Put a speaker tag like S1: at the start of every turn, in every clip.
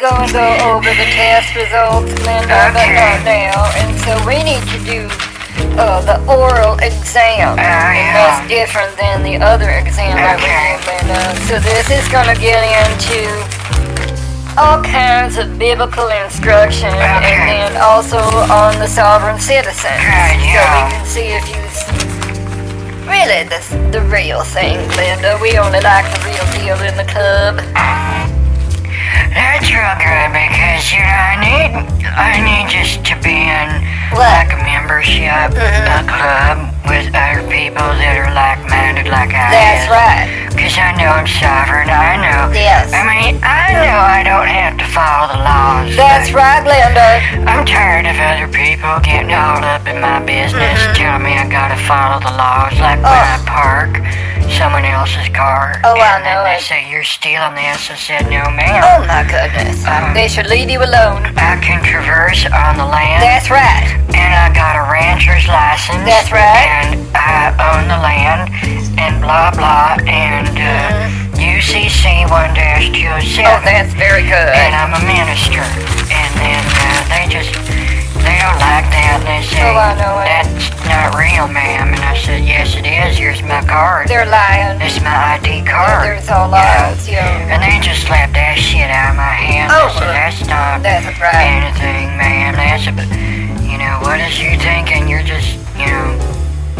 S1: gonna go over the test results, Linda, but
S2: Okay.
S1: not now. And so we need to do uh, the oral exam. And that's different than the other exam that we
S2: Oh, Okay.
S1: did, Linda. So this is gonna get into all kinds of biblical instruction and
S2: Okay.
S1: then also on the sovereign citizen.
S2: Okay,
S1: So we
S2: yeah.
S1: can see if you really the, the real thing, Linda. We only like the real deal in the club.
S2: That's real good because you know I need I need just to be in
S1: What?
S2: like a membership
S1: Mm-hmm.
S2: a club with other people that are like-minded like I
S1: That's
S2: am.
S1: right.
S2: Because I know I'm sovereign. I know.
S1: Yes.
S2: I mean, I know I don't have to follow the laws.
S1: That's
S2: but
S1: right, Linda.
S2: I'm tired of other people getting all up in my business,
S1: Mm-hmm.
S2: telling me I gotta follow the laws, like when I park someone else's car.
S1: Oh, I
S2: and then
S1: know
S2: They
S1: it.
S2: say you're stealing this. I said, no, ma'am.
S1: Oh my goodness.
S2: Um,
S1: They should leave you alone.
S2: I can traverse on the land,
S1: That's right.
S2: and I got a rancher's license.
S1: That's right.
S2: And I own the land, and blah blah, and uh, UCC one dash two
S1: Mm. Mm-hmm.
S2: oh
S1: Oh,
S2: seven.
S1: that's very
S2: and
S1: good.
S2: I'm a minister. And then uh, they just, they don't like that. And they say,
S1: Oh, I know it.
S2: that's not real, ma'am. And I said, yes, it is. Here's my card.
S1: They're lying.
S2: It's my ID card.
S1: There's all lies, yeah.
S2: And they just slapped that shit out of my hand.
S1: Oh,
S2: I said, that's not
S1: That's right.
S2: anything, ma'am. That's a, you know, what is you thinking? You're just, you know,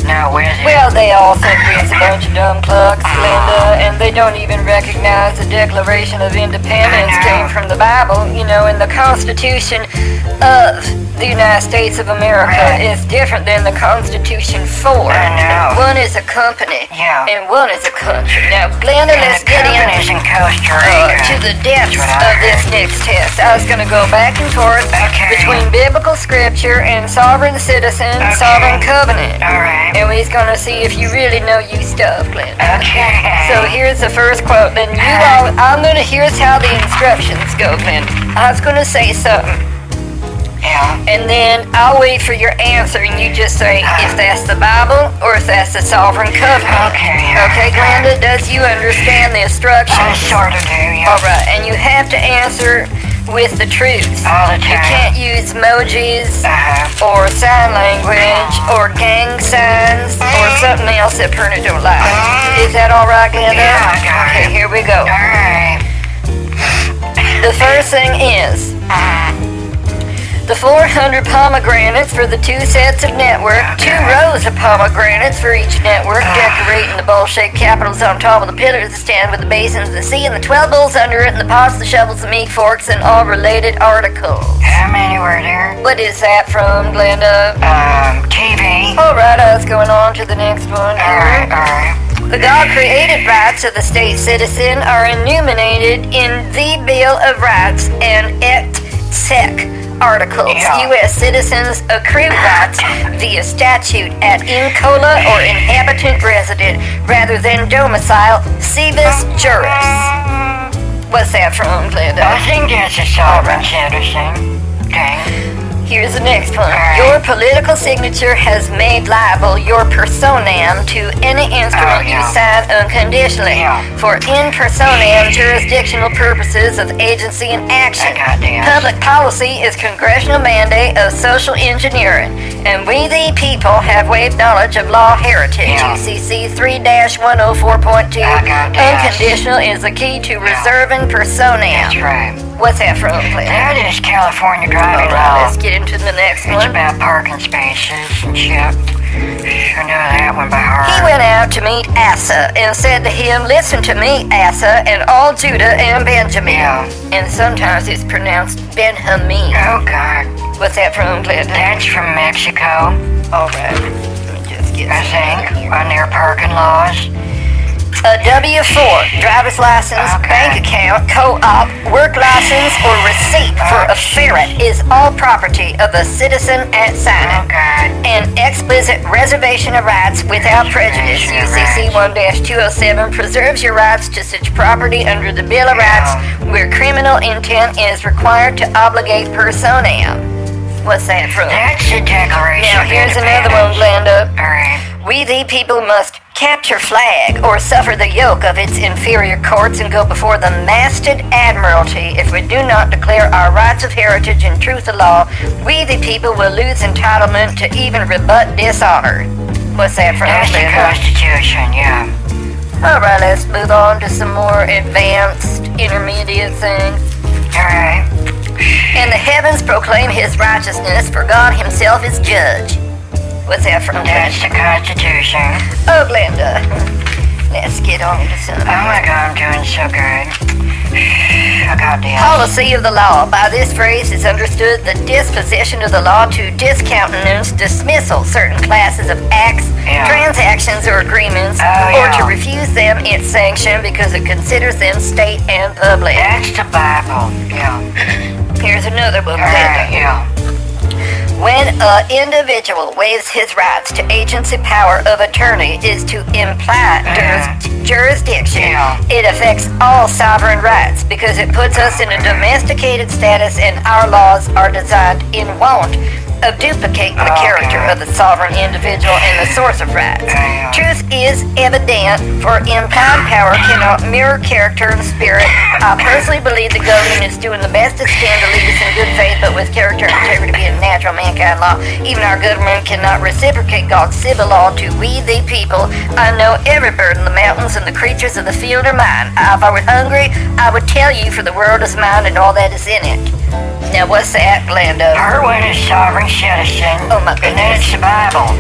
S2: not with it.
S1: Well, they all think we're a bunch of dumb plugs, Linda, and they don't even recognize the Declaration of Independence
S2: I know.
S1: came from the Bible, you know, and the Constitution of the United States of America
S2: Right.
S1: is different than the Constitution for.
S2: I know.
S1: One is a company,
S2: Yeah.
S1: and one is a country. Now, Linda,
S2: and
S1: let's
S2: the
S1: get in
S2: company's in Costa
S1: uh,
S2: Rica.
S1: to the depths
S2: That's what I
S1: of this
S2: heard.
S1: next test. I was going to go back and forth
S2: Okay.
S1: between biblical scripture and sovereign citizen,
S2: Okay.
S1: sovereign covenant.
S2: All right.
S1: And we're gonna see if you really know you stuff, Clint.
S2: Okay.
S1: So here's the first quote. Then you all, I'm gonna. Here's how the instructions go, Clint. I was gonna say something,
S2: yeah.
S1: and then I'll wait for your answer, and you just say if that's the Bible or if that's the Sovereign Covenant.
S2: Okay.
S1: Okay, Glenda, does you understand the
S2: I
S1: instructions?
S2: sort of do, yeah.
S1: All right, and you have to answer with the truth.
S2: All the
S1: Oh, You
S2: time.
S1: can't use emojis
S2: Uh-huh.
S1: or sign language or gang signs or something else that Perna don't like. Is that all right, Glenda?
S2: Yeah, I got
S1: okay,
S2: it.
S1: here we go.
S2: Alright.
S1: The first thing is
S2: Uh,
S1: the 400 pomegranates for the two sets of network, two rows of pomegranates for each network, decorating the bowl-shaped capitals on top of the pillars that stand with the basins of the sea and the 12 bowls under it and the pots, the shovels, the meat forks, and all related articles.
S2: how many were there?
S1: What is that from, Glenda?
S2: Um, TV.
S1: All right, I was going on to the next one.
S2: Alright, alright.
S1: The God created rights of the state citizen are enumerated in the Bill of Rights and et sec articles.
S2: Yeah.
S1: U.S. citizens accrue rights via statute at incola or inhabitant resident rather than domicile civis juris. What's that from,
S2: I
S1: Glenda?
S2: think that's a sovereign citizen. Okay.
S1: Here's the next one.
S2: right.
S1: Your political signature has made liable your personam to any instrument
S2: Oh, yeah.
S1: you sign unconditionally
S2: Yeah.
S1: for in personam jurisdictional purposes of agency and action.
S2: I got this.
S1: Public policy is congressional mandate of social engineering, and we the people have waived knowledge of law heritage.
S2: Yeah.
S1: UCC 3-104.2.
S2: I got this.
S1: Unconditional is the key to reserving
S2: That's
S1: personam.
S2: right.
S1: What's that from, please?
S2: That is California
S1: Alright,
S2: driving law.
S1: let's get into the next
S2: It's
S1: one.
S2: about parking spaces and shit. I know that one by
S1: He
S2: heart.
S1: went out to meet Asa and said to him, Listen to me, Asa, and all Judah and Benjamin.
S2: Yeah.
S1: And sometimes it's pronounced Benjamin.
S2: Oh god.
S1: What's that from, Glenda?
S2: That's from Mexico.
S1: All right. Let me Just get
S2: I
S1: some out
S2: think.
S1: here.
S2: On their parking laws.
S1: A W-4, driver's license,
S2: Okay.
S1: bank account, co-op, work license, or receipt for a ferret is all property of a citizen at signing.
S2: Oh god.
S1: an explicit reservation of rights without prejudice. UCC 1-207 preserves your rights to such property under the Bill of Rights where criminal intent is required to obligate personam. What's that from?
S2: That's the Declaration
S1: Now,
S2: of
S1: here's another one, Glenda.
S2: Alright.
S1: We the people must capture flag, or suffer the yoke of its inferior courts and go before the masted admiralty if we do not declare our rights of heritage and truth of law, we the people will lose entitlement to even rebut dishonor. What's that from
S2: That's the Constitution, yeah.
S1: Alright, let's move on to some more advanced, intermediate things.
S2: Alright.
S1: And the heavens proclaim his righteousness, for God himself is judge. What's that from?
S2: That's the Constitution.
S1: Oh, Glenda. Let's get on to some.
S2: Oh my god, I'm doing so good. I got the
S1: Policy of the law. By this phrase is understood the disposition of the law to discountenance, dismissal certain classes of acts,
S2: Yeah.
S1: transactions, or agreements,
S2: Oh,
S1: or to
S2: yeah.
S1: refuse them its sanction because it considers them state and public.
S2: That's the Bible. Yeah.
S1: Here's another one, Glenda.
S2: Alright, yeah.
S1: When an individual waives his rights to agency power of attorney is to imply
S2: Yeah.
S1: juris- jurisdiction.
S2: Ah. Yeah.
S1: It affects all sovereign rights because it puts us in a domesticated status and our laws are designed in want of duplicating the character
S2: Okay.
S1: of the sovereign individual and the source of rights.
S2: Yeah.
S1: Truth is evident, for implied power cannot mirror character and spirit. I personally believe the government is doing the best it can to lead us in good faith, but with character and integrity being a natural mankind law, even our government cannot reciprocate God's civil law to we the people. I know every bird in the mountains and the creatures of the field are mine. If I were hungry, I would tell you, for the world is mine and all that is in it. Now, what's that, Glenda?
S2: Irwin is sovereign citizen.
S1: Oh my
S2: And then
S1: goodness.
S2: it's the Bible.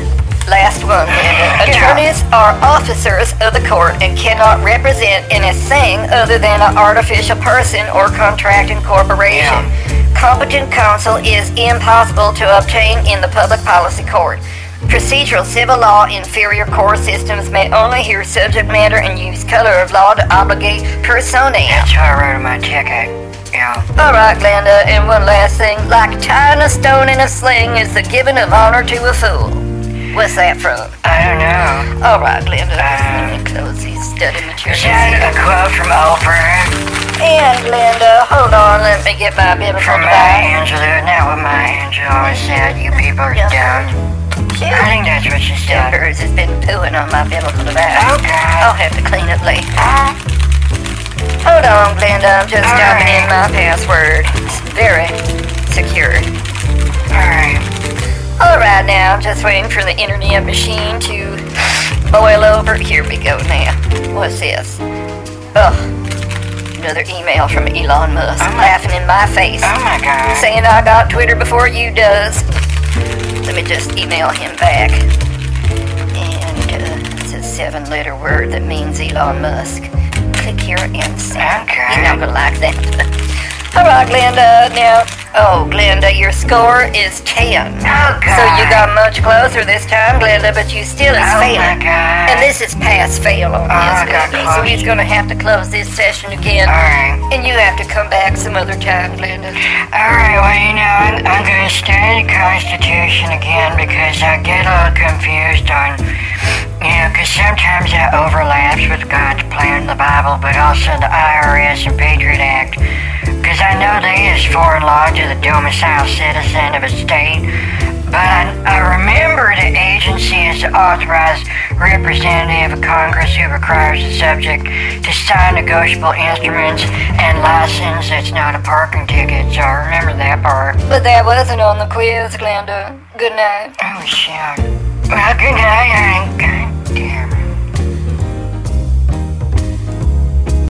S1: Last one. Linda.
S2: Yeah.
S1: Attorneys are officers of the court and cannot represent in a thing other than an artificial person or contracting corporation. Competent counsel is impossible to obtain in the public policy court. Procedural civil law inferior court systems may only hear subject matter and use color of law to obligate personae.
S2: That's how I wrote on my ticket. Yeah.
S1: All right, Glenda, and one last thing. Like tying a stone in a sling is the giving of honor to a fool. What's that from?
S2: I don't know.
S1: All right, Glenda, let me close these study
S2: Is that a
S1: materials.
S2: quote from Oprah?
S1: And Glenda, hold on, let me get my biblical
S2: From Maya
S1: back.
S2: Angelou? Isn't that what Maya Angelou always said? You people are
S1: Yeah.
S2: dumb. I think that's what she said.
S1: Chambers has been pooing on my biblical device.
S2: Oh god.
S1: I'll have to clean it later.
S2: Oh.
S1: Hold on, Glenda, I'm just
S2: All
S1: typing
S2: right.
S1: in my password. It's very secure.
S2: Alright.
S1: All right, now, just waiting for the internet machine to boil over. Here we go now. What's this? Oh, another email from Elon Musk,
S2: I'm-
S1: laughing in Oh my face.
S2: Oh my god.
S1: saying I got Twitter before you does. Let me just email him back. And uh, it's a seven letter word that means Elon Musk. Click here and see.
S2: Okay.
S1: You're not gonna like that. All right, Glenda. Now, oh, Glenda, your score is 10.
S2: Oh god.
S1: So you got much closer this time, Glenda, but you still is
S2: Oh my
S1: failing.
S2: god.
S1: And this is pass fail on
S2: Oh,
S1: his
S2: I got
S1: Glenda. So
S2: close.
S1: he's gonna have to close this session again.
S2: Alright.
S1: And you have to come back some other time, Glenda.
S2: Alright, well, you know, I'm, I'm gonna study the Constitution again because I get a little confused on, you know, because sometimes that overlaps with God's plan in the Bible, but also the IRS and Patriot Act. Because I know they is foreign law to the domicile citizen of a state, but I, I remember the agency is the authorized representative of Congress who requires the subject to sign negotiable instruments and license that's not a parking ticket, so I remember that part.
S1: But that wasn't on the quiz, Glenda. Good night.
S2: Oh, shit. Well, good night, I ain't goddamn.